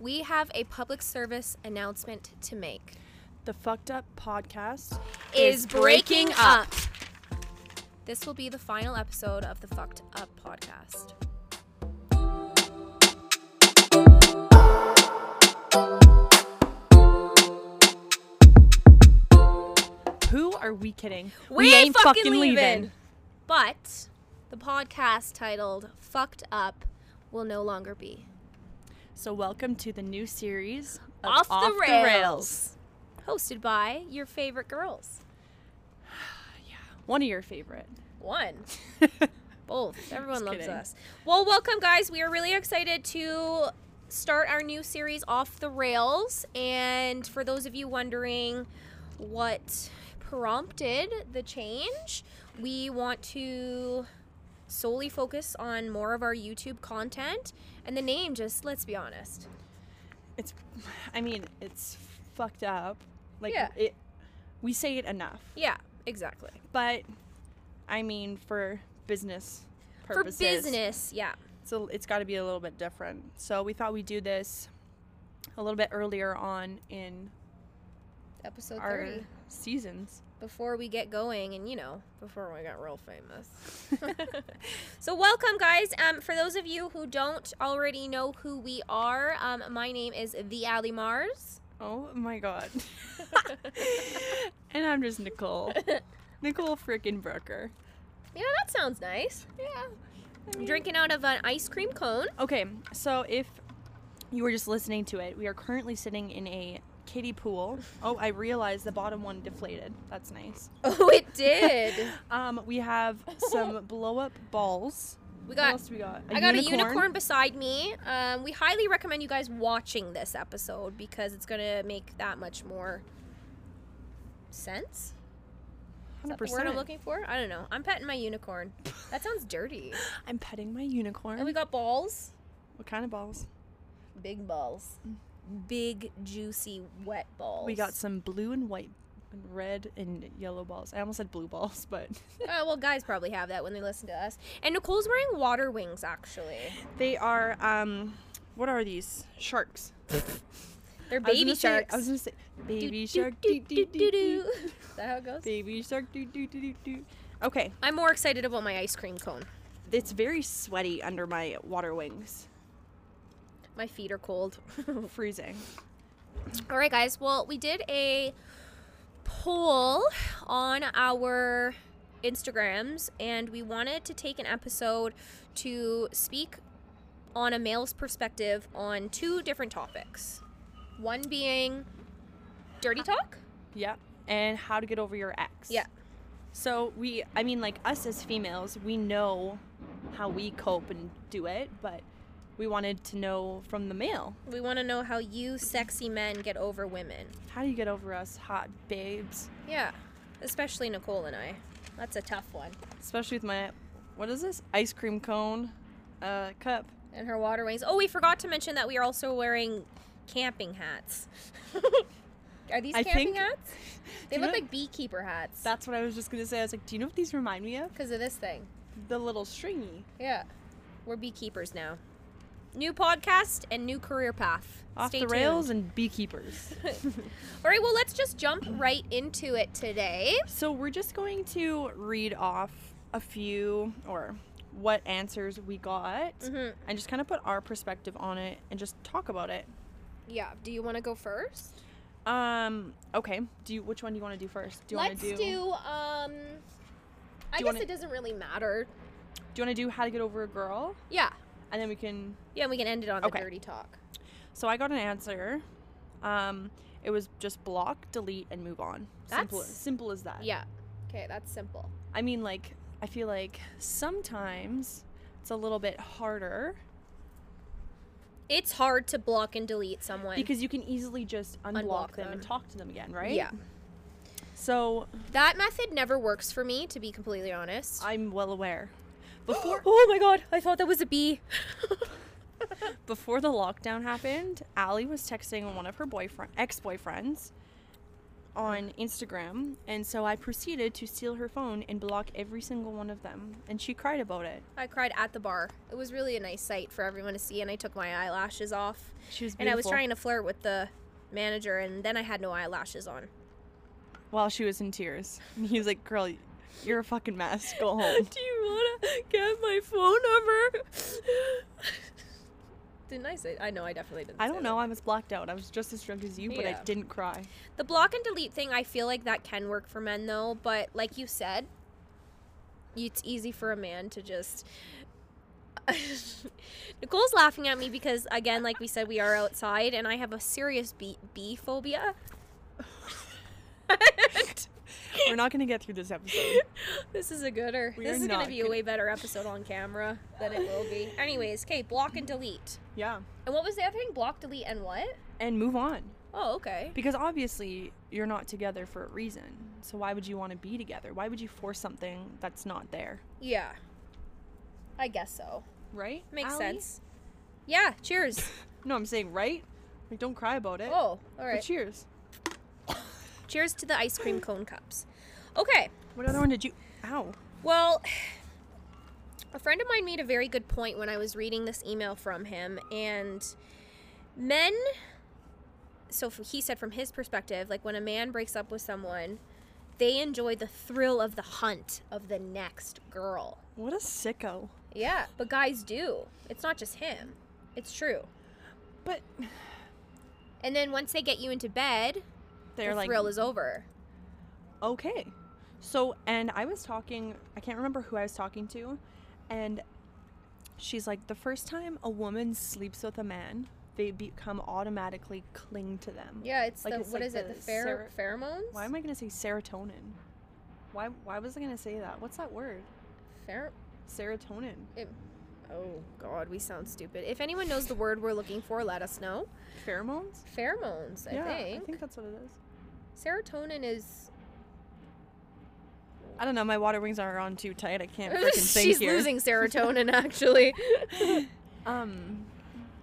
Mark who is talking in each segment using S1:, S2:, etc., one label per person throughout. S1: we have a public service announcement to make.
S2: The Fucked Up Podcast.
S1: Is breaking up. This will be the final episode of the Fucked Up podcast.
S2: Who are we kidding?
S1: We, ain't fucking, leaving. But the podcast titled Fucked Up will no longer be.
S2: So, welcome to the new series of
S1: Off the Rails. Hosted by your favorite girls.
S2: One of your favorite.
S1: One. Both. Everyone
S2: Just
S1: loves
S2: kidding.
S1: us. Well, welcome, guys. We are really excited to start our new series off the rails. And for those of you wondering what prompted the change, we want to solely focus on more of our YouTube content. And the name, just let's be honest.
S2: It's, I mean, it's fucked up. Like
S1: Yeah.
S2: it, we say it enough,
S1: Yeah, exactly.
S2: but I mean for business purposes,
S1: For business, yeah.
S2: so it's got to be a little bit different. So we thought we'd do this a little bit earlier on in
S1: Episode
S2: our
S1: 30.
S2: seasons.
S1: before we get going and you know before we got real famous so welcome guys um, for those of you who don't already know who we are um, my name is the ali mars
S2: Oh my god. and I'm just Nicole. Nicole freaking Brooker.
S1: yeah that sounds nice
S2: Yeah.
S1: i'm drinking out of an ice cream cone
S2: Okay, so if you were just listening to it, we are currently sitting in a kiddie pool. Oh, I realized the bottom one deflated. That's nice.
S1: oh it did
S2: Um, we have some blow up balls.
S1: we
S2: what
S1: got
S2: else we got?
S1: I got a unicorn beside me. Um, we highly recommend you guys watching this episode because it's gonna make that much more sense. Is that
S2: Hundred
S1: the word I'm
S2: percent.
S1: looking for? I don't know. I'm petting my unicorn. That sounds dirty.
S2: I'm petting my unicorn.
S1: And we got balls.
S2: what kind of balls?
S1: Big balls. Big, juicy, wet balls.
S2: We got some blue and white, and red and yellow balls. I almost said blue balls, but
S1: Oh, well, guys probably have that when they listen to us. And Nicole's wearing water wings, actually.
S2: they are. Um, what are these? Sharks.
S1: They're
S2: I was
S1: baby
S2: gonna say-
S1: sharks.
S2: I was gonna say
S1: Doo,
S2: baby
S1: doo,
S2: shark.
S1: doo,
S2: doo,
S1: doo, doo,
S2: doo, doo.
S1: doo. Is that how it goes?
S2: Baby shark. Do do do do do. Okay,
S1: I'm more excited about my ice cream cone.
S2: it's very sweaty under my water wings.
S1: My feet are cold.
S2: Freezing.
S1: All right, guys. Well, we did a poll on our Instagrams, and we wanted to take an episode to speak on a male's perspective on two different topics. One being dirty talk.
S2: Yeah. And how to get over your ex.
S1: Yeah.
S2: So we, I mean, like us as females, we know how we cope and do it, but we wanted to know from the male.
S1: We want to know how you sexy men get over women.
S2: How do you get over us hot babes?
S1: Yeah, especially Nicole and I. That's a tough one.
S2: Especially with my, what is this? Ice cream cone, uh, cup.
S1: And her water wings. Oh, we forgot to mention that we are also wearing camping hats. are these
S2: I
S1: camping
S2: think-
S1: hats? They
S2: Do you
S1: look
S2: know-
S1: like beekeeper hats.
S2: That's what I was just gonna say. I was like, do you know what these remind me of?
S1: Because of this thing.
S2: The little stringy.
S1: Yeah. We're beekeepers now. New podcast and new career path.
S2: Off
S1: Stay
S2: the
S1: tuned.
S2: rails and beekeepers.
S1: All right, well, let's just jump right into it today.
S2: So we're just going to read off a few or what answers we got
S1: Mhm.
S2: and just kind of put our perspective on it and just talk about it.
S1: Yeah. Do you want to go first?
S2: Um okay, do you which one do you want to do first? Do you
S1: let's
S2: want to do,
S1: do. Um, I
S2: you
S1: guess
S2: wanna-
S1: it doesn't really matter.
S2: Do you want to do how to get over a girl
S1: Yeah.
S2: and then we can
S1: Yeah, and we can end it on
S2: Okay.
S1: the dirty talk.
S2: So I got an answer. Um it was just block, delete and move on. simple
S1: That's-
S2: simple as that.
S1: Yeah. Okay, that's simple.
S2: I mean, like, I feel like sometimes it's a little bit harder
S1: It's hard to block and delete someone.
S2: because you can easily just unblock,
S1: Unblock
S2: them, and
S1: them.
S2: talk to them again, right?
S1: Yeah.
S2: So
S1: That method never works for me, to be completely honest.
S2: I'm well aware. Before
S1: oh my god, I thought that was a bee.
S2: before the lockdown happened, Allie was texting one of her boyfriend ex boyfriends, on Instagram, and so I proceeded to steal her phone and block every single one of them. And she cried about it.
S1: I cried at the bar. It was really a nice sight for everyone to see, and I took my eyelashes off.
S2: She was beautiful.
S1: And I was trying to flirt with the manager, and then I had no eyelashes on.
S2: while she was in tears. And he was like, "Girl, you're a fucking mess. Go home."
S1: you wanna get my phone number? didn't I say? I know I definitely didn't.
S2: I
S1: say
S2: don't
S1: that.
S2: know. I was blacked out. I was just as drunk as you, but
S1: Yeah.
S2: I didn't cry.
S1: The block and delete thing, I feel like that can work for men though, but like you said, it's easy for a man to just. Nicole's laughing at me because, again, like we said, we are outside and I have a serious bee, bee phobia.
S2: We're not gonna get through this episode.
S1: this is a gooder.
S2: We
S1: this
S2: are
S1: is going to
S2: not
S1: be a
S2: gonna-
S1: way better episode on camera than it will be. Anyways, okay, block and delete.
S2: Yeah.
S1: And what was the other thing? Block, delete, and what?
S2: And move on,
S1: Oh, okay.
S2: because obviously you're not together for a reason. So why would you want to be together? Why would you force something that's not there?
S1: Yeah. I guess so.
S2: Right?
S1: Makes
S2: Allie?
S1: sense. Yeah, cheers.
S2: No, I'm saying right. Like, don't cry about it.
S1: Oh, all
S2: But
S1: right.
S2: cheers.
S1: Cheers to the ice cream cone cups. Okay.
S2: What other one did you? Ow.
S1: Well, a friend of mine made a very good point when I was reading this email from him, and men. So f- he said, from his perspective, like when a man breaks up with someone, they enjoy the thrill of the hunt of the next girl.
S2: What a sicko.
S1: Yeah, but guys do. It's not just him. It's true.
S2: But
S1: And then once they get you into bed,
S2: they're
S1: the
S2: like,
S1: thrill is over.
S2: okay. So, and I was talking, I can't remember who I was talking to, and she's like, the first time a woman sleeps with a man, they become automatically cling to them.
S1: Yeah, it's
S2: Like,
S1: the
S2: it's
S1: what
S2: like
S1: is it?
S2: the
S1: The fer- pheromones.
S2: Why am I gonna say serotonin? Why why was I gonna say that? What's that word?
S1: Fer-
S2: Serotonin.
S1: Oh God, we sound stupid. If anyone knows the word we're looking for, let us know.
S2: Pheromones?
S1: Pheromones, I
S2: yeah,
S1: think.
S2: I think that's what it is.
S1: Serotonin is.
S2: I don't know. My water wings are on too tight. I can't freaking think
S1: She's
S2: here.
S1: losing serotonin, actually.
S2: Um,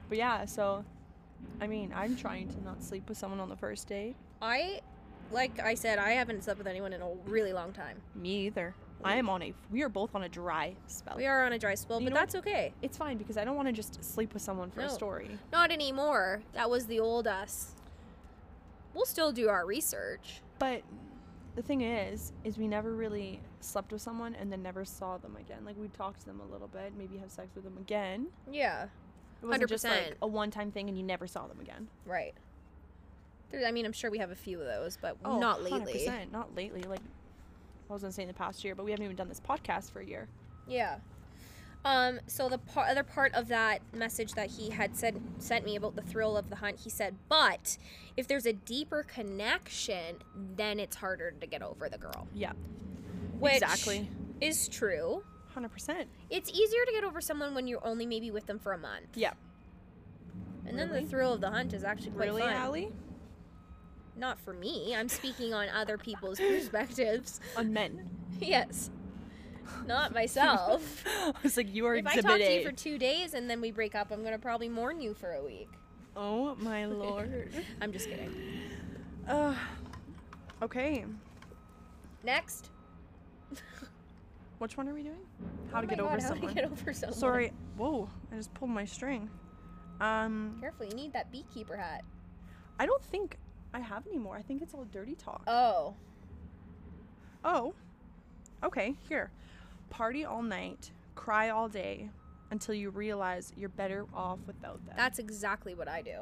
S2: but yeah. So, I mean, I'm trying to not sleep with someone on the first date.
S1: I, like I said, I haven't slept with anyone in a really long time.
S2: Me either. I am on a. We are both on a dry spell.
S1: We are on a dry spell,
S2: You
S1: but
S2: know what?
S1: that's okay.
S2: It's fine because I don't want to just sleep with someone for
S1: No.
S2: a story.
S1: Not anymore. That was the old us. We'll still do our research.
S2: But the thing is, is we never really slept with someone and then never saw them again. Like we talked to them a little bit, maybe have sex with them again.
S1: Yeah.
S2: It wasn't just like
S1: 100%.
S2: a one-time thing and you never saw them again.
S1: Right. There, I mean, I'm sure we have a few of those, but Oh,
S2: Oh,
S1: not lately.
S2: 100%, not lately. Like I was gonna say in the past year, but we haven't even done this podcast for a year.
S1: Yeah. Um, so the par- other part of that message that he had said sent me about the thrill of the hunt, he said, "But if there's a deeper connection, then it's harder to get over the girl."
S2: Yeah.
S1: Which
S2: exactly.
S1: is true.
S2: Hundred percent.
S1: It's easier to get over someone when you're only maybe with them for a month.
S2: Yeah.
S1: And then the
S2: Really?
S1: thrill of the hunt is actually quite
S2: Really,
S1: fun.
S2: Allie?
S1: Not for me. I'm speaking on other people's perspectives.
S2: On men.
S1: yes. Not myself.
S2: I was like, you are
S1: if I
S2: exhibit
S1: talk to
S2: A.
S1: you for 2 days and then we break up, I'm going to probably mourn you for a week.
S2: Oh my lord.
S1: I'm just kidding.
S2: uh, okay.
S1: Next.
S2: Which one are we doing? How
S1: Oh
S2: to
S1: my
S2: get over
S1: God, how
S2: someone.
S1: to get over someone.
S2: Sorry. Whoa, I just pulled my string. Um,
S1: Careful, you need that beekeeper hat.
S2: I don't think I have any more. I think it's all dirty talk.
S1: Oh.
S2: oh. Okay, here. Party all night, cry all day until you realize you're better off without them.
S1: That's exactly what I do.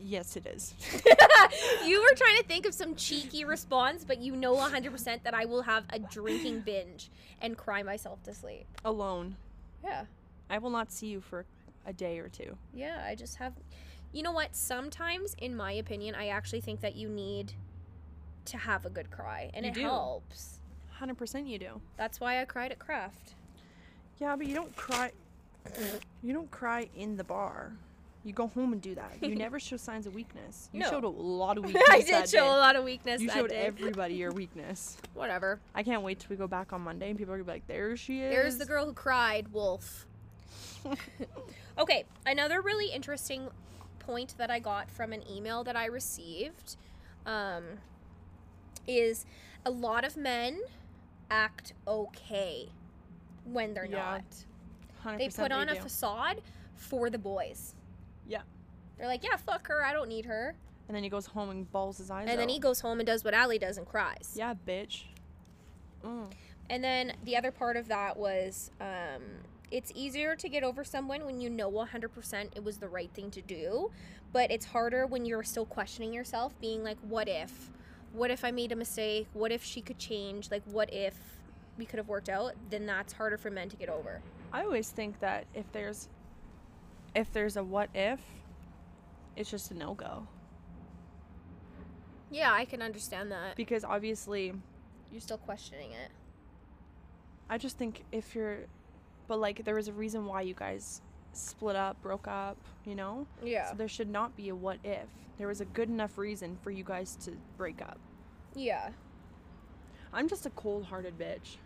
S2: yes, it is.
S1: you were trying to think of some cheeky response, but you know 100% that I will have a drinking binge and cry myself to sleep.
S2: Alone.
S1: Yeah.
S2: I will not see you for a day or two.
S1: Yeah, I just have. You know what? Sometimes, in my opinion, I actually think that you need to have a good cry, and
S2: You
S1: it
S2: do.
S1: helps.
S2: 100% you do.
S1: That's why I cried at Kraft.
S2: Yeah, but you don't cry. You don't cry in the bar. You go home and do that. You never show signs of weakness. You
S1: No.
S2: showed a lot of weakness.
S1: I did
S2: that
S1: show a
S2: day.
S1: lot of weakness.
S2: You
S1: that
S2: showed
S1: day.
S2: everybody your weakness.
S1: Whatever.
S2: I can't wait till we go back on Monday and people are gonna be like, "There she is."
S1: There's the girl who cried, Wolf. okay, another really interesting point that I got from an email that I received um, is a lot of men act okay when they're
S2: Yeah,
S1: not.
S2: 100%
S1: They put on a
S2: do.
S1: facade for the boys.
S2: Yeah.
S1: They're like, yeah, fuck her. I don't need her.
S2: and then he goes home and balls his eyes
S1: And then
S2: out.
S1: he goes home and does what Allie does and cries.
S2: Yeah, bitch. Mm.
S1: And then the other part of that was um, it's easier to get over someone when you know 100% it was the right thing to do, but it's harder when you're still questioning yourself, being like, what if? What if I made a mistake? What if she could change? Like, what if we could have worked out? Then that's harder for men to get over.
S2: I always think that if there's if there's a what if, it's just a no go.
S1: Yeah, I can understand that.
S2: Because obviously
S1: You're still questioning it.
S2: I just think if you're but like there was a reason why you guys split up, broke up, you know?
S1: Yeah.
S2: So there should not be a what if. There was a good enough reason for you guys to break up.
S1: Yeah.
S2: I'm just a cold hearted bitch.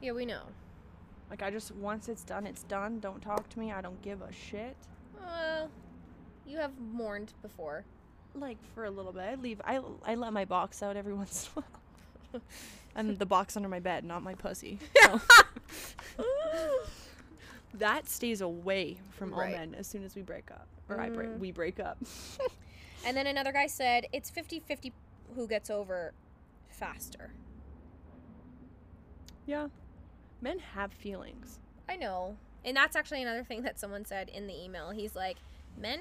S1: Yeah, we know.
S2: Like I just once it's done, it's done. Don't talk to me. I don't give a shit.
S1: Uh, you have mourned before.
S2: Like for a little bit. I leave I I let my box out every once in a while. And the box under my bed, not my pussy. So that stays away from all
S1: Right. Mm.
S2: men as soon as we break up. Or I break we break up.
S1: And then another guy said, it's 50 50 who gets over faster.
S2: yeah. Men have feelings.
S1: I know. And that's actually another thing that someone said in the email. He's like, men,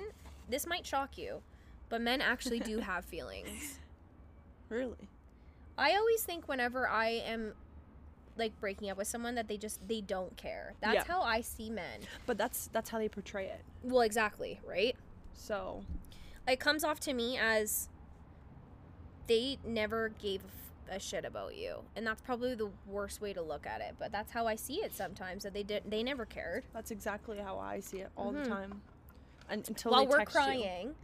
S1: this might shock you, but men actually do have feelings.
S2: Really?
S1: I always think whenever I am like breaking up with someone that they just they don't care. That's
S2: Yeah.
S1: how I see men.
S2: But that's that's how they portray it.
S1: Well, exactly, right?
S2: So
S1: It comes off to me as they never gave a f- a shit about you. And that's probably the worst way to look at it, but that's how I see it sometimes that they did they never cared.
S2: that's exactly how I see it all
S1: Mhm.
S2: the time. And, until
S1: While
S2: they
S1: we're
S2: text you.
S1: crying,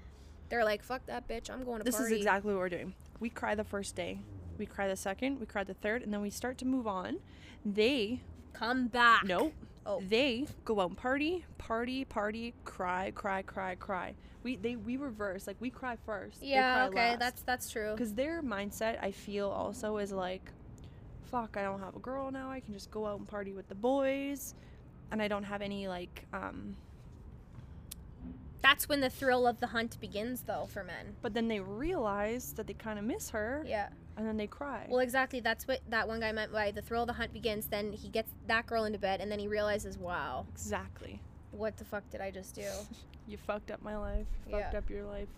S1: they're like, "Fuck that bitch! I'm going to
S2: This
S1: party."
S2: is exactly what we're doing. We cry the first day, we cry the second, we cry the third, and then we start to move on. They
S1: Come back.
S2: no,
S1: Oh.
S2: they go out and party, party, party, cry, cry, cry, cry. We they we reverse like we cry first. they
S1: Yeah.
S2: cry
S1: Okay.
S2: last.
S1: That's that's true.
S2: because their mindset I feel also is like, fuck, I don't have a girl now. I can just go out and party with the boys, and I don't have any like um.
S1: That's when the thrill of the hunt begins, though, for men.
S2: But then they realize that they kind of miss her,
S1: Yeah.
S2: and then they cry.
S1: Well, exactly. That's what that one guy meant by the thrill of the hunt begins. Then he gets that girl into bed, and then he realizes, "Wow,
S2: exactly.
S1: what the fuck did I just do?"
S2: You fucked up my life. You fucked
S1: Yeah.
S2: up your life.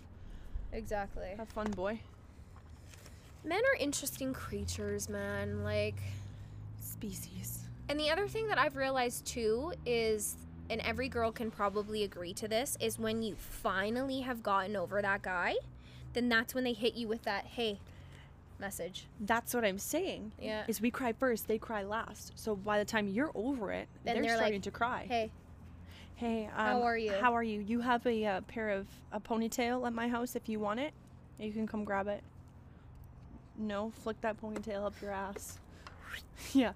S1: Exactly.
S2: Have fun, boy.
S1: Men are interesting creatures, man. Like,
S2: Species.
S1: And the other thing that I've realized too is, and every girl can probably agree to this, is when you finally have gotten over that guy, then that's when they hit you with that, hey, message.
S2: That's what I'm saying.
S1: Yeah.
S2: Is we cry first, they cry last. So by the time you're over it,
S1: Then
S2: they're,
S1: they're like,
S2: starting to cry.
S1: Hey,
S2: Hey, um,
S1: How are you?
S2: How are you? You have a uh, pair of a ponytail at my house. If you want it, you can come grab it. No, flick that ponytail up your ass. yeah.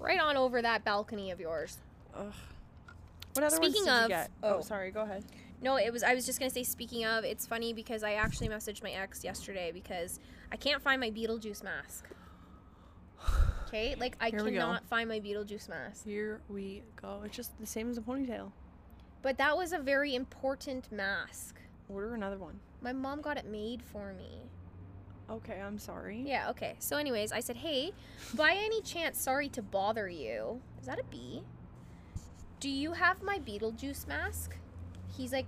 S1: right on over that balcony of yours.
S2: Ugh. What other
S1: Speaking
S2: ones did
S1: of-
S2: you get?
S1: oh.
S2: oh, sorry. Go ahead.
S1: No, it was, I was just going to say, speaking of, it's funny because I actually messaged my ex yesterday because I can't find my Beetlejuice mask. Okay? Like, I
S2: Here we go.
S1: cannot find my Beetlejuice mask.
S2: Here we go. It's just the same as a ponytail.
S1: But that was a very important mask.
S2: Order another one.
S1: My mom got it made for me.
S2: Okay, I'm sorry.
S1: Yeah, okay. So, anyways, I said, hey, by any chance, sorry to bother you. Is that a bee? Do you have my Beetlejuice mask? He's like,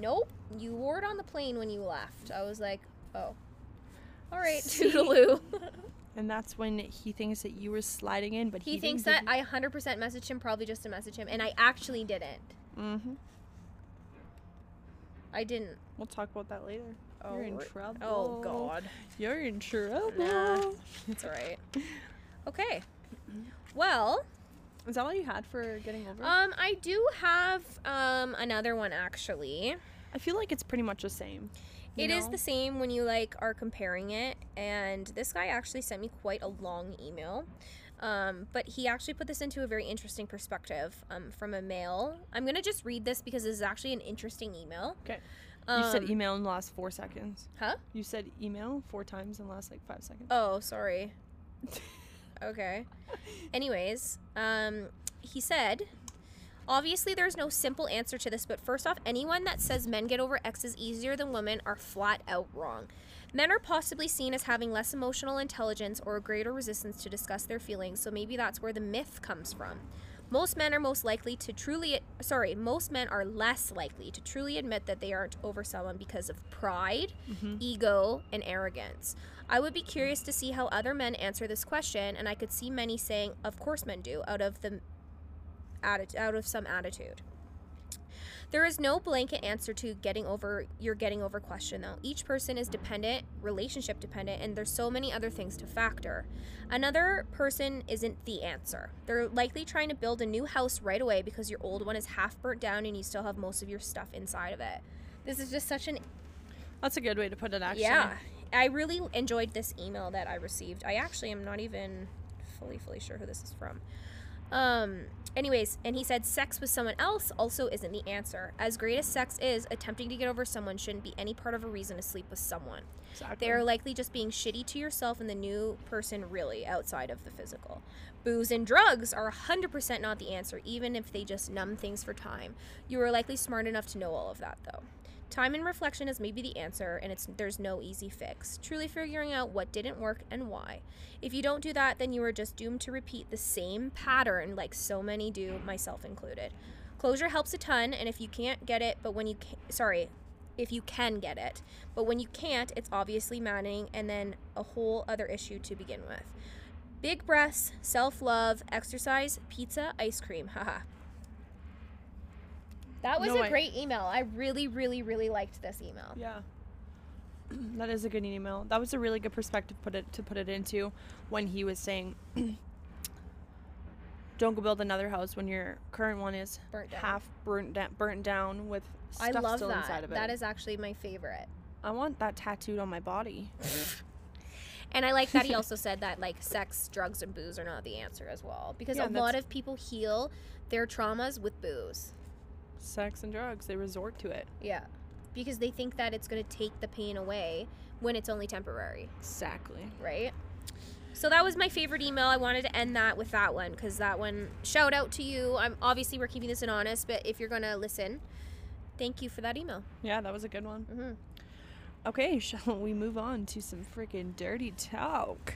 S1: nope. You wore it on the plane when you left. I was like, oh. All right,
S2: See?
S1: toodaloo.
S2: And that's when he thinks that you were sliding in, but he,
S1: he thinks that I 100% messaged him, probably just to message him, and I actually didn't.
S2: Mm-hmm.
S1: I didn't.
S2: We'll talk about that later. You're in
S1: right.
S2: trouble.
S1: Oh, God.
S2: You're in trouble.
S1: It's all right. Okay. Well,
S2: Is that all you had for getting over?
S1: um, I do have um, another one actually.
S2: I feel like it's pretty much the same.
S1: It is
S2: know?
S1: the same when you like are comparing it and this guy actually sent me quite a long email um, but he actually put this into a very interesting perspective um, from a male i'm going to just read this because this is actually an interesting email
S2: Okay. you said
S1: Um,
S2: email in the last four seconds.
S1: Huh?
S2: You said email four times in the last like five seconds.
S1: Oh, sorry. Okay. Anyways, um, he said, obviously there's no simple answer to this, but first off, anyone that says men get over exes easier than women are flat out wrong. Men are possibly seen as having less emotional intelligence or a greater resistance to discuss their feelings, so maybe that's where the myth comes from. Most men are most likely to truly sorry, most men are less likely to truly admit that they aren't over someone because of pride,
S2: Mm-hmm.
S1: ego, and arrogance. I would be curious to see how other men answer this question, and I could see many saying, "Of course men do," out of the atti- out of some attitude. There is no blanket answer to getting over your getting over question though. Each person is dependent, relationship dependent, and there's so many other things to factor. Another person isn't the answer. They're likely trying to build a new house right away because your old one is half burnt down and you still have most of your stuff inside of it. This is just such an
S2: That's a good way to put it. Actually.
S1: yeah. I really enjoyed this email that I received. I actually am not even fully fully sure who this is from. Um anyways, and he said sex with someone else also isn't the answer. As great as sex is, attempting to get over someone shouldn't be any part of a reason to sleep with someone.
S2: Exactly.
S1: They are likely just being shitty to yourself and the new person really outside of the physical. Booze and drugs are 100% not the answer, even if they just numb things for time. You are likely smart enough to know all of that, though. Time and reflection is maybe the answer, and it's there's no easy fix. Truly figuring out what didn't work and why. If you don't do that, then you are just doomed to repeat the same pattern, like so many do, myself included. Closure helps a ton, and if you can't get it, but when you ca- sorry, if you can get it, but when you can't, it's obviously maddening, and then a whole other issue to begin with. Big breaths, self love, exercise, pizza, ice cream. Haha. That was
S2: No,
S1: a
S2: I-
S1: great email. I really, really, really liked this email.
S2: Yeah. that is a good email. That was a really good perspective put it to put it into when he was saying don't go build another house when your current one is
S1: Burnt down.
S2: half burnt da- burnt down with
S1: I
S2: stuff
S1: love
S2: still inside
S1: that.
S2: of it.
S1: That is actually my favorite.
S2: I want that tattooed on my body.
S1: And I like that he also said that like sex, drugs, and booze are not the answer as well, because
S2: Yeah,
S1: a
S2: that's-
S1: lot of people heal their traumas with booze.
S2: Sex and drugs, they resort to it.
S1: Yeah, because they think that it's going to take the pain away when it's only temporary,
S2: Exactly.
S1: right? So that was my favorite email. I wanted to end that with that one because that one. Shout out to you. I'm obviously we're keeping this anonymous, but if you're going to listen, thank you for that email.
S2: Yeah, that was a good one.
S1: hmm
S2: Okay, shall we move on to some freaking dirty talk?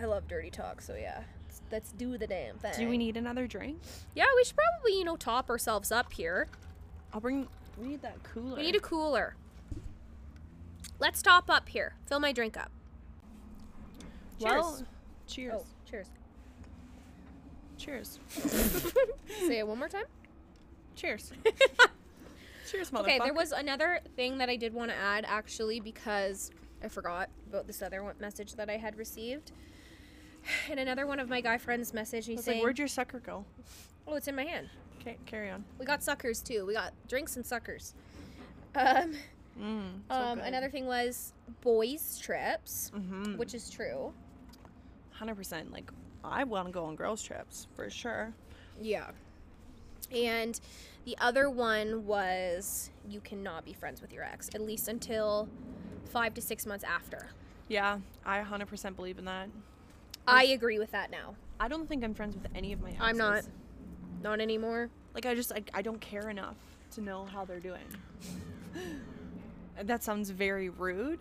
S1: I love dirty talk, so yeah. Let's, let's do the damn thing.
S2: Do we need another drink?
S1: Yeah, we should probably you know top ourselves up here.
S2: I'll bring. We need that cooler.
S1: We need a cooler. Let's top up here. Fill my drink up.
S2: Well,
S1: Cheers.
S2: cheers.
S1: Oh, cheers.
S2: Cheers.
S1: Say it one more time.
S2: Cheers. Cheers, motherfucker.
S1: okay, there was another thing that I did want to add actually because I forgot about this other one message that I had received. And another one of my guy friends messaged me
S2: I was
S1: saying,
S2: like, where'd your sucker go?
S1: "Oh, it's in my hand.
S2: Okay, carry on.
S1: We got suckers too. We got drinks and suckers." Um,
S2: Mm,
S1: um another thing was boys trips,
S2: Mm-hmm.
S1: which is true.
S2: Hundred percent. Like, I want to go on girls trips for sure.
S1: Yeah. And the other one was you cannot be friends with your ex, at least until five to six months after.
S2: Yeah, I hundred percent believe in that.
S1: I agree with that now.
S2: I don't think I'm friends with any of my. Exes.
S1: I'm not. Not anymore.
S2: Like, I just, I, I don't care enough to know how they're doing. And that sounds very rude.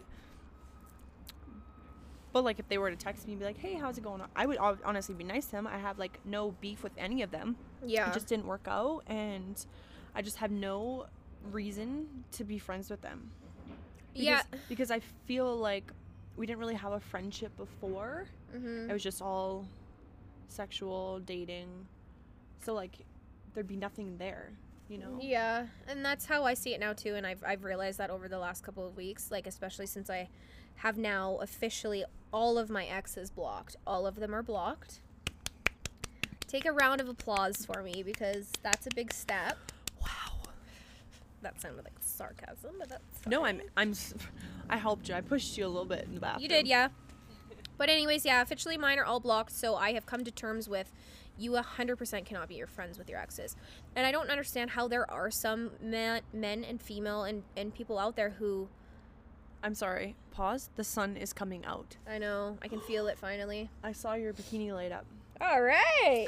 S2: But like, if they were to text me and be like, "Hey, how's it going?" I would ob- honestly be nice to them. I have like no beef with any of them.
S1: Yeah.
S2: it just didn't work out and i just have no reason to be friends with them because,
S1: yeah.
S2: because i feel like we didn't really have a friendship before
S1: hmm
S2: it was just all sexual dating so like there'd be nothing there you know
S1: Yeah. And that's how I see it now too. And I've, I've realized that over the last couple of weeks, like, especially since I have now officially all of my exes blocked. All of them are blocked. Take a round of applause for me because that's a big step.
S2: wow
S1: That sounded like sarcasm, but that's
S2: no
S1: fine.
S2: i'm i'm s- i helped you i pushed you a little bit in the bathroom
S1: You did, yeah. But anyways, yeah, officially mine are all blocked, so I have come to terms with you 100% cannot be your friends with your exes. And I don't understand how there are some men, men and female and, and people out there who
S2: I'm sorry. Pause. The sun is coming out.
S1: I know I can feel it finally.
S2: I saw your bikini light up.
S1: All right.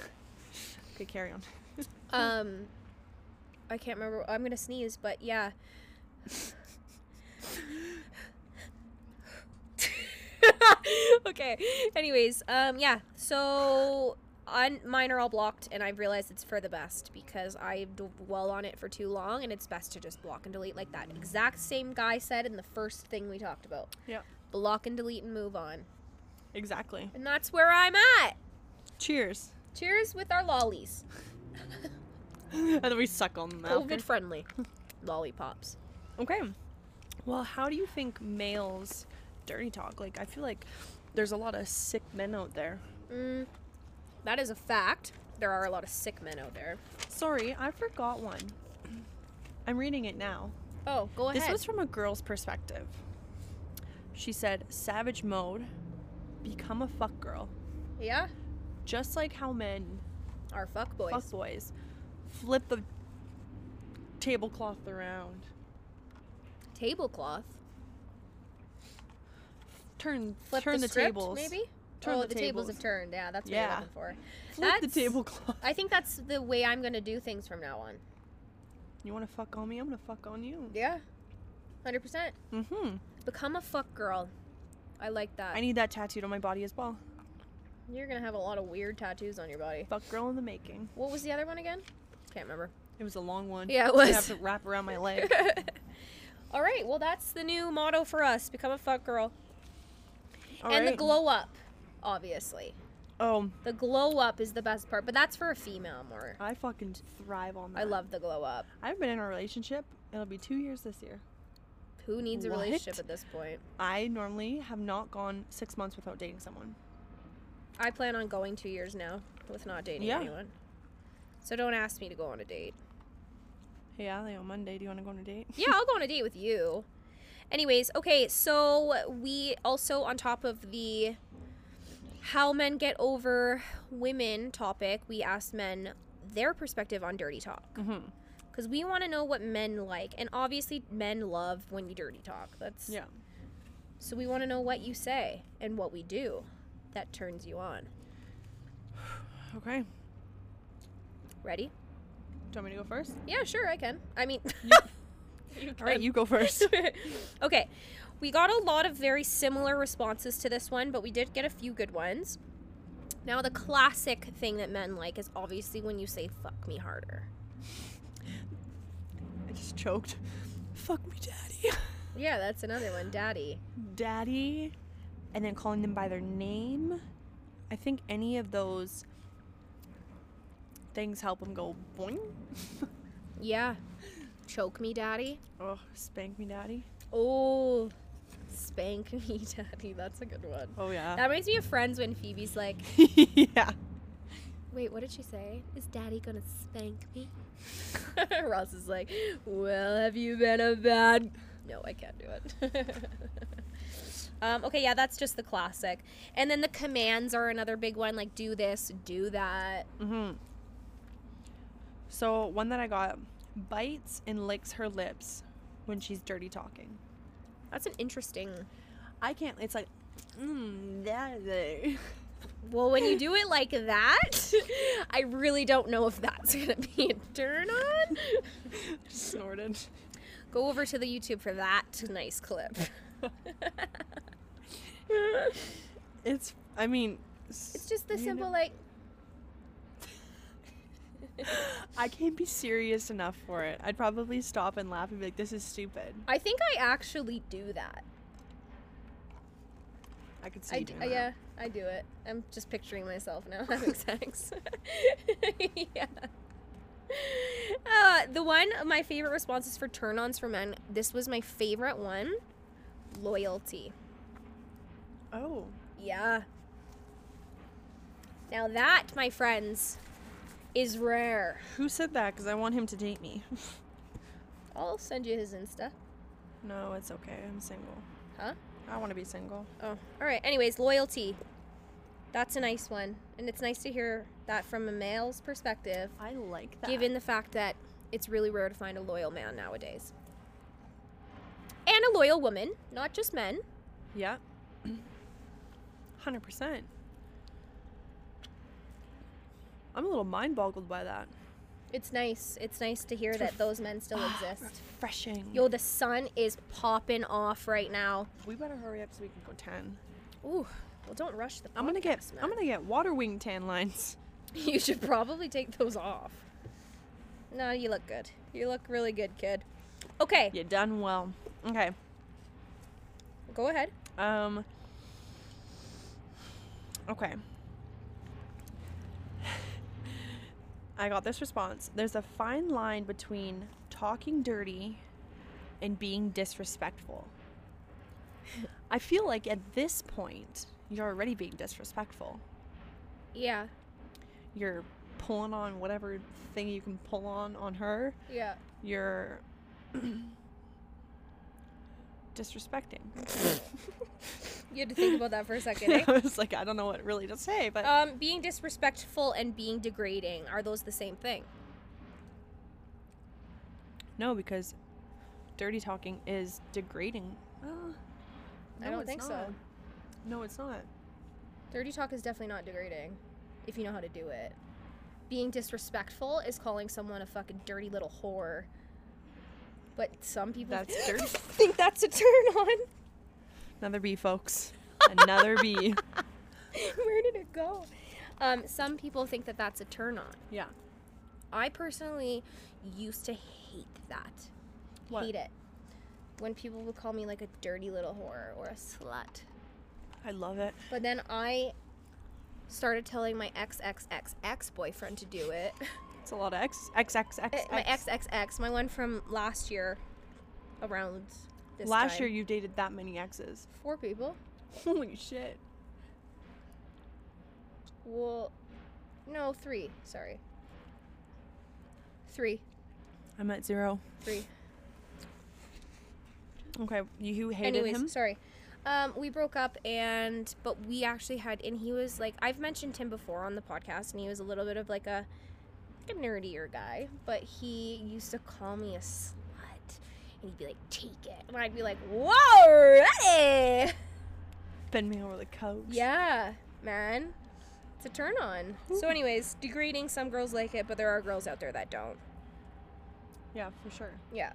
S2: Okay, carry on.
S1: Um, I can't remember. I'm gonna sneeze, but yeah. okay. Anyways, um, yeah. So on mine are all blocked, and I've realized it's for the best because I dwell on it for too long, and it's best to just block and delete like that. Exact same guy said in the first thing we talked about.
S2: Yeah.
S1: Block and delete and move on,
S2: Exactly.
S1: and that's where I'm at.
S2: Cheers.
S1: Cheers with our lollies.
S2: and then we suck on them. after.
S1: COVID friendly lollipops.
S2: Okay. Well, how do you think males dirty talk? Like, I feel like there's a lot of sick men out there.
S1: Mm, that is a fact. There are a lot of sick men out there.
S2: Sorry, I forgot one. I'm reading it now.
S1: Oh, go ahead.
S2: This was from a girl's perspective. She said, Savage mode, become a fuck girl.
S1: yeah,
S2: Just like how men,
S1: our fuck boys.
S2: fuck boys, flip the tablecloth around,
S1: Tablecloth.
S2: turn,
S1: Flip
S2: turn
S1: the,
S2: the,
S1: script,
S2: tables.
S1: maybe.
S2: Turn
S1: oh,
S2: the
S1: the, tables.
S2: tables.
S1: have turned. Yeah, that's what
S2: Yeah.
S1: you're looking for.
S2: Flip
S1: That's-
S2: the tablecloth.
S1: I think that's the way I'm gonna do things from now on.
S2: You want to fuck on me? I'm going to fuck on you.
S1: Yeah, hundred percent.
S2: Mm hmm.
S1: Become a fuck girl. I like that.
S2: I need that tattooed on my body as well.
S1: you're gonna have a lot of weird tattoos on your body.
S2: Fuck girl in the making.
S1: What was the other one again? Can't remember.
S2: It was a long one.
S1: Yeah, it
S2: I have
S1: was.
S2: to wrap around my leg.
S1: All right. Well, that's the new motto for us: become a fuck girl.
S2: All
S1: and the
S2: right.
S1: glow up, obviously.
S2: Oh,
S1: The glow up is the best part, but that's for a female more.
S2: I fucking thrive on that.
S1: I love the glow up.
S2: I've been in a relationship. It'll be two years this year.
S1: Who needs a
S2: What?
S1: relationship at this point?
S2: I normally have not gone six months without dating someone.
S1: I plan on going two years now with not dating
S2: Yeah.
S1: anyone. So don't ask me to go on a date.
S2: Hey, Ali, on Monday, do you want to go on a date?
S1: Yeah, I'll go on a date with you. Anyways, okay, so we also, on top of the how men get over women topic, we asked men their perspective on dirty talk.
S2: Mm-hmm.
S1: because we want to know what men like and obviously men love when you dirty talk that's
S2: Yeah.
S1: so we want to know what you say and what we do that turns you on
S2: Okay.
S1: ready
S2: Do you want me to go first?
S1: yeah sure i can i mean you
S2: All right, you go first.
S1: can. okay we got a lot of very similar responses to this one but we did get a few good ones now the classic thing that men like is obviously when you say fuck me harder
S2: I just choked. Fuck me, daddy.
S1: yeah that's another one daddy
S2: daddy. And then calling them by their name. I think any of those things help them go boing.
S1: yeah choke me daddy
S2: Oh, spank me, daddy.
S1: Oh, spank me, daddy. That's a good one.
S2: Oh, yeah.
S1: That reminds me of Friends when Phoebe's like,
S2: yeah.
S1: "Wait, what did she say? Is daddy gonna spank me?" Ross is like, "Well, have you been a bad?" No, I can't do it. um, okay, yeah, that's just the classic. And then the commands are another big one, like do this, do that.
S2: Mm-hmm. So one that I got bites and licks her lips when she's dirty talking.
S1: That's an interesting.
S2: I can't. It's like, mm, that.
S1: Well, when you do it like that, I really don't know if that's gonna be a turn on.
S2: Snorted.
S1: Go over to the YouTube for that nice clip.
S2: It's. I mean.
S1: it's just the simple like
S2: I can't be serious enough for it. I'd probably stop and laugh and be like, "This is stupid."
S1: I think I actually do that.
S2: I could see.
S1: I
S2: you
S1: d-
S2: doing
S1: uh,
S2: that.
S1: yeah, I do it. I'm just picturing myself now having sex. yeah. Uh, the one of my favorite responses for turn-ons for men. This was my favorite one. Loyalty.
S2: Oh.
S1: Yeah. Now that, my friends, is rare.
S2: Who said that? Because I want him to date me.
S1: I'll send you his Insta.
S2: no, it's okay. I'm single.
S1: Huh?
S2: I want to be single.
S1: Oh, all right. Anyways, loyalty. That's a nice one. And it's nice to hear that from a male's perspective,
S2: I like that.
S1: given the fact that it's really rare to find a loyal man nowadays. And a loyal woman, not just men.
S2: Yeah. 100%. I'm a little mind boggled by that.
S1: It's nice. It's nice to hear that those men still exist.
S2: Refreshing.
S1: Yo, the sun is popping off right now.
S2: we better hurry up so we can go 10.
S1: Ooh, well, don't rush the.
S2: I'm gonna get
S1: podcast,
S2: I'm
S1: man.
S2: gonna get water wing tan lines.
S1: You should probably take those off. No, you look good. You look really good, kid. Okay,
S2: You done well. Okay.
S1: go ahead.
S2: Um. Okay. I got this response. There's a fine line between talking dirty and being disrespectful. I feel like at this point, you're already being disrespectful.
S1: Yeah,
S2: You're pulling on whatever thing you can pull on on her.
S1: yeah.
S2: You're disrespecting.
S1: You had to think about that for a second. eh?
S2: I was like, I don't know what really to say, but
S1: Um, being disrespectful and being degrading are those the same thing?
S2: no, because dirty talking is degrading. Uh,
S1: I
S2: no,
S1: don't
S2: it's
S1: think
S2: not.
S1: so.
S2: No, it's not.
S1: Dirty talk is definitely not degrading, if you know how to do it. Being disrespectful is calling someone a fucking dirty little whore. But some people
S2: That's dirty.
S1: think that's a turn on.
S2: Another B, folks. Another B.
S1: Where did it go? Um, some people think that that's a turn on.
S2: Yeah.
S1: I personally used to hate that.
S2: What?
S1: Hate it. When people would call me like a dirty little whore or a slut.
S2: I love it.
S1: But then I started telling my ex ex ex ex boyfriend to do it.
S2: It's a lot of X. X, X, X,
S1: Eh,
S2: X.
S1: my ex ex ex, my one from last year, around this
S2: Last
S1: time.
S2: year, you dated that many X's.
S1: four people.
S2: Holy shit.
S1: Well, no, three. Sorry, three,
S2: I'm at zero.
S1: three.
S2: Okay, you who hated
S1: Anyways,
S2: him?
S1: sorry. Um, we broke up, and but we actually had, and he was like, I've mentioned him before on the podcast, and he was a little bit of like a, like a nerdier guy, but he used to call me a slut, and he'd be like, "Take it," and I'd be like, "Whoa, ready?"
S2: Bend me over the couch.
S1: Yeah, man, it's a turn on. So, anyways, degrading. Some girls like it, but there are girls out there that don't.
S2: Yeah, for sure.
S1: Yeah.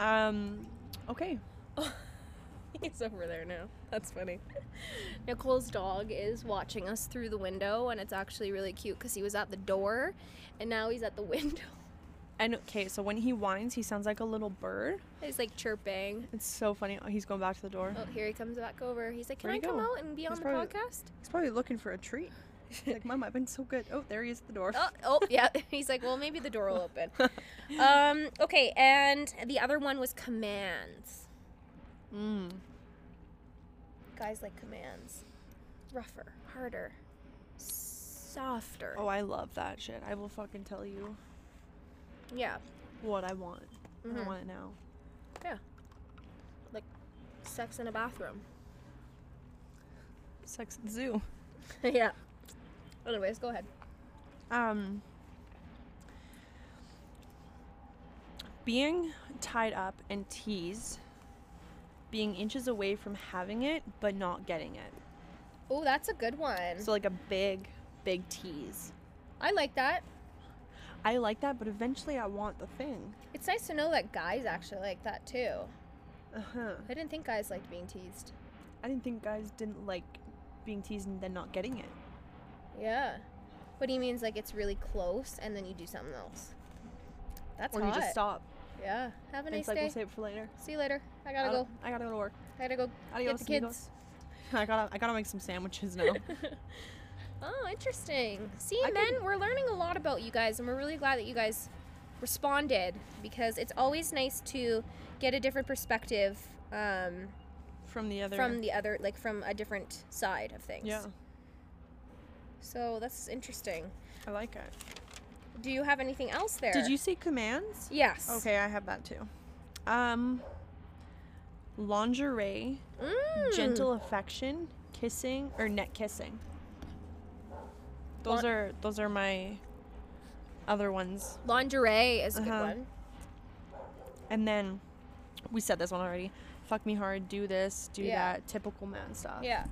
S2: Um, okay.
S1: He's over there now. That's funny. Nicole's dog is watching us through the window, and it's actually really cute because he was at the door, and now he's at the window.
S2: And okay, so when he whines, he sounds like a little bird.
S1: He's like chirping.
S2: It's so funny. Oh, he's going back to the door.
S1: Oh, here he comes back over. He's like, "Can
S2: Where'd
S1: I
S2: he
S1: come
S2: go?
S1: out and be on
S2: He's
S1: the
S2: probably-
S1: podcast?"
S2: He's probably looking for a treat. He's like, Mom, I've been so good. Oh, there he is at the door.
S1: Oh, oh, yeah. He's like, "Well, maybe the door will open." um, okay, and the other one was commands.
S2: Mm.
S1: Guys like commands. Rougher, harder, softer.
S2: Oh, I love that shit. I will fucking tell you
S1: Yeah,
S2: what I want.
S1: Mhm.
S2: I want it now.
S1: sex in a bathroom.
S2: Sex at the zoo.
S1: yeah. Anyways, go ahead.
S2: Um, being tied up and teased, being inches away from having it, but not getting it.
S1: Oh, that's a good one.
S2: So, like a big, big tease.
S1: I like that.
S2: I like that, but eventually I want the thing.
S1: It's nice to know that guys actually like that too.
S2: Uh huh.
S1: I didn't think guys liked being teased.
S2: I didn't think guys didn't like being teased and then not getting it.
S1: Yeah. But he means like it's really close and then you do something else. That's
S2: or
S1: hot.
S2: you just stop.
S1: Yeah. Have a
S2: And
S1: nice
S2: it's like
S1: day.
S2: we'll save it for later.
S1: See you later. I gotta go.
S2: I gotta go to work.
S1: I gotta go
S2: Adios,
S1: get the
S2: amigos.
S1: kids.
S2: I gotta I gotta make some sandwiches now.
S1: oh, interesting. See,
S2: I
S1: men,
S2: could-
S1: we're learning a lot about you guys, and we're really glad that you guys responded because it's always nice to get a different perspective um,
S2: From the other.
S1: from the other, like from a different side of things.
S2: yeah,
S1: So that's interesting.
S2: I like it.
S1: Do you have anything else there?
S2: Did you see commands?
S1: Yes.
S2: Okay, I have that too. Um, lingerie
S1: Mm.
S2: gentle affection, kissing, or net kissing. Those
S1: What?
S2: are those are my other ones.
S1: Lingerie is a good
S2: Uh-huh.
S1: one.
S2: And then we said this one already. Fuck me hard, do this, do
S1: Yeah.
S2: that, typical man stuff.
S1: Yeah.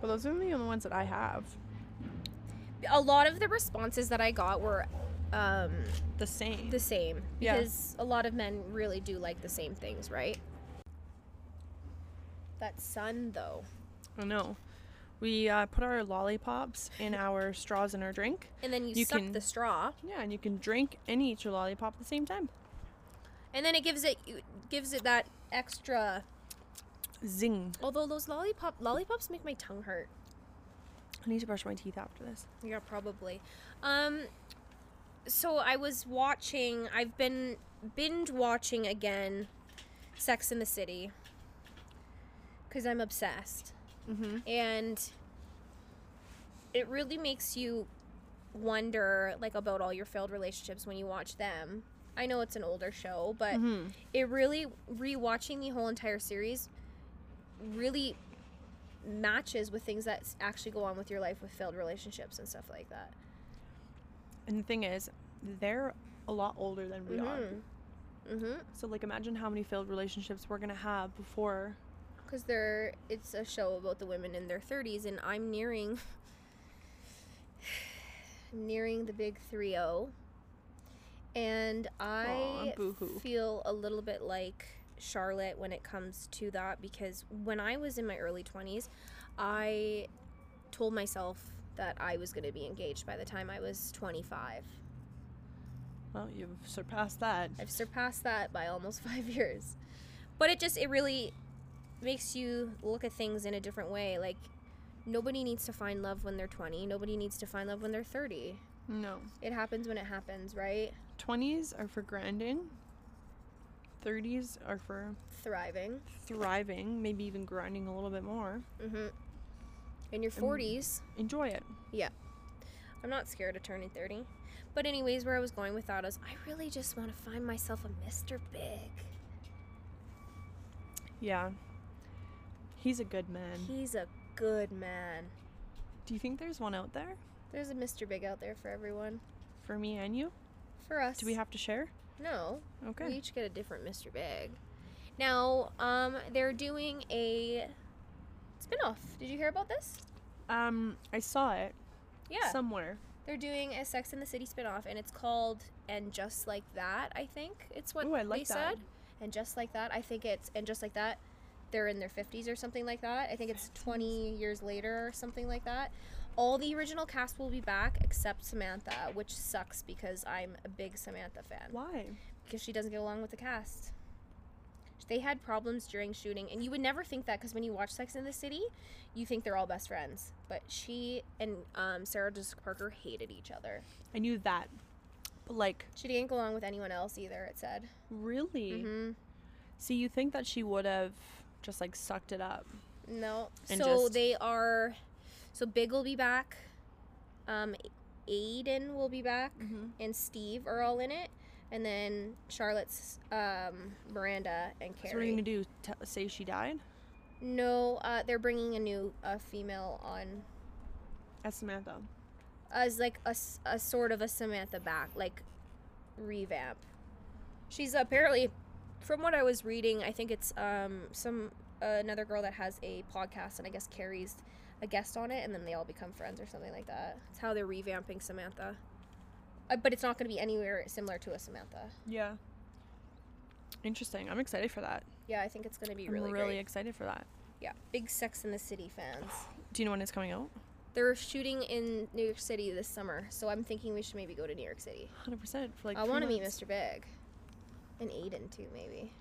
S2: But those are the only ones that I have.
S1: A lot of the responses that I got were um,
S2: The same.
S1: the same.
S2: Yeah.
S1: Because a lot of men really do like the same things, right? That sun, though.
S2: I know. We uh, put our lollipops in our straws in our drink.
S1: And then you,
S2: You
S1: suck
S2: can-
S1: the straw,
S2: Yeah, and you can drink and eat your lollipop at the same time.
S1: and then it gives it it gives it that extra.
S2: Zing.
S1: Although those lollipop lollipops make my tongue hurt.
S2: I need to brush my teeth after this.
S1: Yeah, probably. Um, so I was watching. I've been binge watching again, Sex in the City, because I'm obsessed,
S2: Mm-hmm.
S1: and it really makes you wonder, like, about all your failed relationships when you watch them. I know it's an older show, but
S2: Mm-hmm.
S1: it really rewatching the whole entire series really matches with things that s- actually go on with your life with failed relationships and stuff like that.
S2: And the thing is, they're a lot older than we are.
S1: Mm-hmm.
S2: So like imagine how many failed relationships we're gonna have before
S1: Because they're it's a show about the women in their 30s, and I'm nearing nearing the big 3-0. And I
S2: Aw, boo-hoo.
S1: feel a little bit like Charlotte when it comes to that because when I was in my early 20s, I told myself that I was going to be engaged by the time I was 25.
S2: well, you've surpassed that.
S1: I've surpassed that by almost five years. But it just, it really makes you look at things in a different way. Like, nobody needs to find love when they're 20. Nobody needs to find love when they're 30.
S2: No.
S1: It happens when it happens, right?
S2: Twenties are for grinding. Thirties are for
S1: Thriving.
S2: thriving, maybe even grinding a little bit more.
S1: Mm-hmm. In
S2: Um,
S1: your 40s.
S2: Enjoy it.
S1: I'm not scared of turning 30. But, anyways, where I was going with that is I really just want to find myself a Mr. Big.
S2: Yeah. He's a good man.
S1: He's a good man.
S2: Do you think there's one out there
S1: There's a Mr. Big out there for everyone.
S2: for me and you?
S1: For us.
S2: Do we have to share?
S1: No.
S2: Okay.
S1: We each get a different Mr. Big. Now, um, they're doing a spin-off. Did you hear about this?
S2: Um, I saw it
S1: Yeah.
S2: somewhere.
S1: they're doing a Sex in the City spin-off and it's called And Just Like That, I think. It's what
S2: Ooh, I
S1: they
S2: like that.
S1: said. And Just Like That, I think it's and just like that they're in their 50s or something like that. I think it's 20 years later or something like that. All the original cast will be back except Samantha, which sucks because I'm a big Samantha fan.
S2: Why?
S1: because she doesn't get along with the cast. They had problems during shooting, and you would never think that because when you watch Sex in the City, you think they're all best friends. But she and um, Sarah Jessica Parker hated each other.
S2: I knew that. But like,
S1: She didn't go along with anyone else either. It said.
S2: really?
S1: hmm
S2: See, you think that she would have just like sucked it up.
S1: No.
S2: And
S1: so
S2: just-
S1: they are. So Big will be back. Um, Aiden will be back,
S2: Mhm.
S1: and Steve are all in it, and then Charlotte's um, Miranda and Carrie.
S2: So what are you gonna do? T- say she died?
S1: No, uh, they're bringing a new uh, female on
S2: That's Samantha.
S1: as like a, s- a sort of a Samantha back, like revamp. She's apparently, from what I was reading, I think it's um some uh, another girl that has a podcast, and I guess Carrie's a guest on it, and then they all become friends or something like that. It's how they're revamping Samantha, uh, but it's not going to be anywhere similar to a Samantha.
S2: Yeah. Interesting. I'm excited for that.
S1: Yeah, I think it's going to be
S2: I'm
S1: really,
S2: really
S1: great.
S2: excited for that.
S1: yeah, big Sex in the City fans.
S2: Do you know when it's coming out?
S1: They're shooting in New York City this summer, so I'm thinking we should maybe go to New York City.
S2: 100 percent for like.
S1: I
S2: three
S1: want to meet
S2: months.
S1: Mr. Big. And Aiden, too, maybe.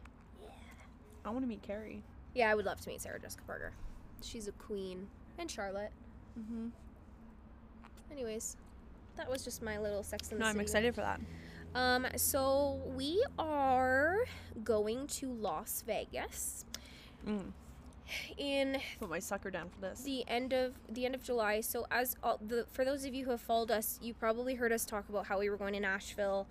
S2: I want to meet Carrie.
S1: Yeah, I would love to meet Sarah Jessica Parker. She's a queen. And Charlotte.
S2: Mm-hmm.
S1: Anyways, that was just my little Sex in the
S2: No, I'm
S1: City.
S2: excited for that.
S1: Um, so we are going to Las Vegas
S2: Mm.
S1: in
S2: Put my sucker down for this.
S1: the end of the end of July. So as all the for those of you who have followed us, you probably heard us talk about how we were going to Nashville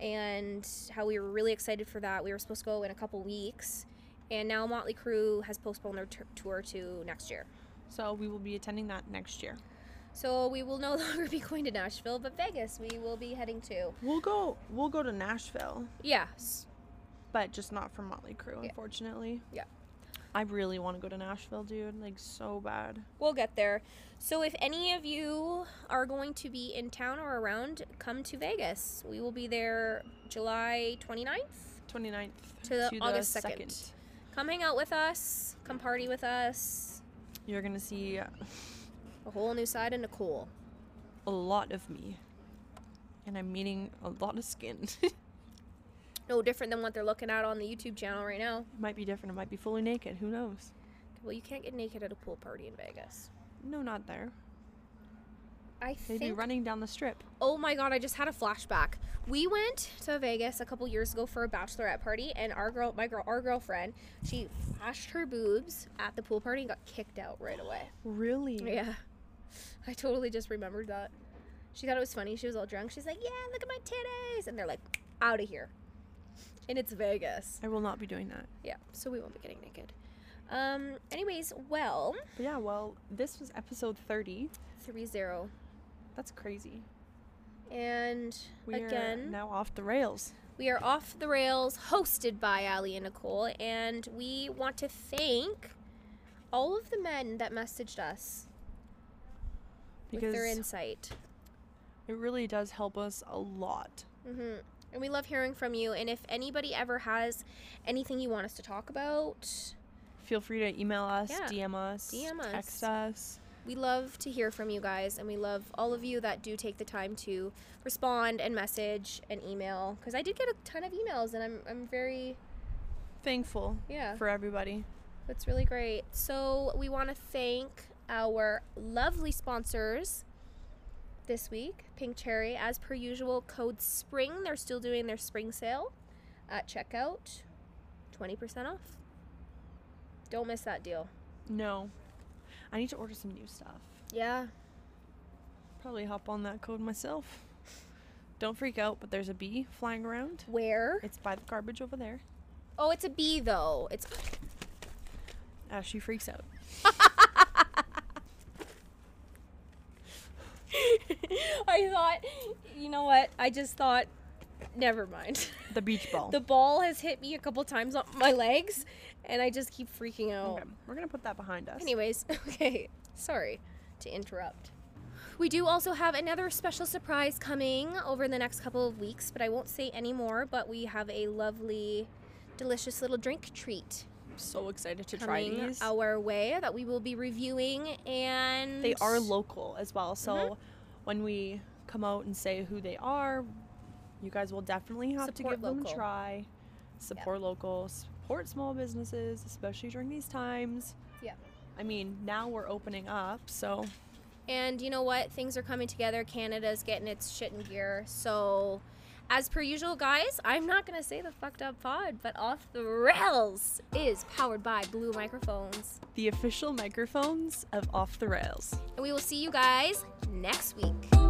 S1: and how we were really excited for that. We were supposed to go in a couple weeks and now Motley Crue has postponed their tur- tour to next year.
S2: So we will be attending that next year.
S1: So we will no longer be going to Nashville, but Vegas we will be heading to.
S2: We'll go. We'll go to Nashville,
S1: Yes.
S2: but just not for Motley Crue,
S1: Yeah.
S2: unfortunately.
S1: Yeah.
S2: I really want to go to Nashville, dude. Like so bad.
S1: We'll get there. So if any of you are going to be in town or around, come to Vegas. We will be there July 29th.
S2: 29th
S1: To the August 2nd. Come hang out with us. Come party with us.
S2: You're gonna see
S1: A whole new side of Nicole.
S2: a lot of me, and I'm meeting a lot of skin.
S1: No different than what they're looking at on the YouTube channel right now.
S2: It might be different. It might be fully naked. Who knows?
S1: Well, you can't get naked at a pool party in Vegas.
S2: No, not there.
S1: I
S2: They'd be
S1: think
S2: running down the strip.
S1: Oh my god, I just had a flashback. We went to Vegas a couple years ago for a bachelorette party, and our girl, my girl, our girlfriend, she flashed her boobs at the pool party and got kicked out right away.
S2: Really?
S1: Yeah, I totally just remembered that. She thought it was funny. She was all drunk. She's like, "Yeah, look at my titties," and they're like, "Out of here." And it's Vegas.
S2: I will not be doing that.
S1: Yeah, so we won't be getting naked. Um. Anyways, well,
S2: But yeah, well, this was episode 30.
S1: three zero,
S2: That's crazy.
S1: and
S2: We are
S1: again.
S2: now off the rails.
S1: We are off the rails, hosted by Ali and Nicole, and we want to thank all of the men that messaged us with
S2: Because
S1: their insight.
S2: it really does help us a lot.
S1: hmm And we love hearing from you. And if anybody ever has anything you want us to talk about,
S2: Feel free to email us,
S1: Yeah.
S2: DM us,
S1: DM us.
S2: text us.
S1: we love to hear from you guys, and we love all of you that do take the time to respond and message and email. Because I did get a ton of emails, and I'm I'm very
S2: Thankful
S1: yeah.
S2: for everybody.
S1: That's really great. So we want to thank our lovely sponsors this week, Pink Cherry, as per usual. Code Spring. They're still doing their spring sale at checkout, twenty percent off. Don't miss that deal.
S2: No. I need to order some new stuff.
S1: Yeah.
S2: Probably hop on that code myself. Don't freak out, but there's a bee flying around.
S1: Where?
S2: It's by the garbage over there.
S1: Oh, it's a bee though. It's
S2: Uh, she freaks out.
S1: I thought, you know what? I just thought, never mind.
S2: The beach ball.
S1: The ball has hit me a couple times on my legs, and I just keep freaking out.
S2: Okay, We're gonna put that behind us.
S1: Anyways, okay, sorry to interrupt. We do also have another special surprise coming over the next couple of weeks, but I won't say any more. But we have a lovely, delicious little drink treat
S2: I'm so excited to try
S1: coming
S2: these.
S1: our way that we will be reviewing, and
S2: They are local as well, so
S1: Mm-hmm.
S2: when we come out and say who they are, you guys will definitely have to
S1: Support
S2: give them
S1: local.
S2: a try. Support local, support small businesses, especially during these times.
S1: Yep.
S2: I mean, now we're opening up, so
S1: And you know what? Things are coming together. Canada's getting its shit in gear. So, as per usual, guys, I'm not going to say the fucked up pod, but Off the Rails is powered by Blue Microphones.
S2: the official microphones of Off the Rails.
S1: And we will see you guys next week.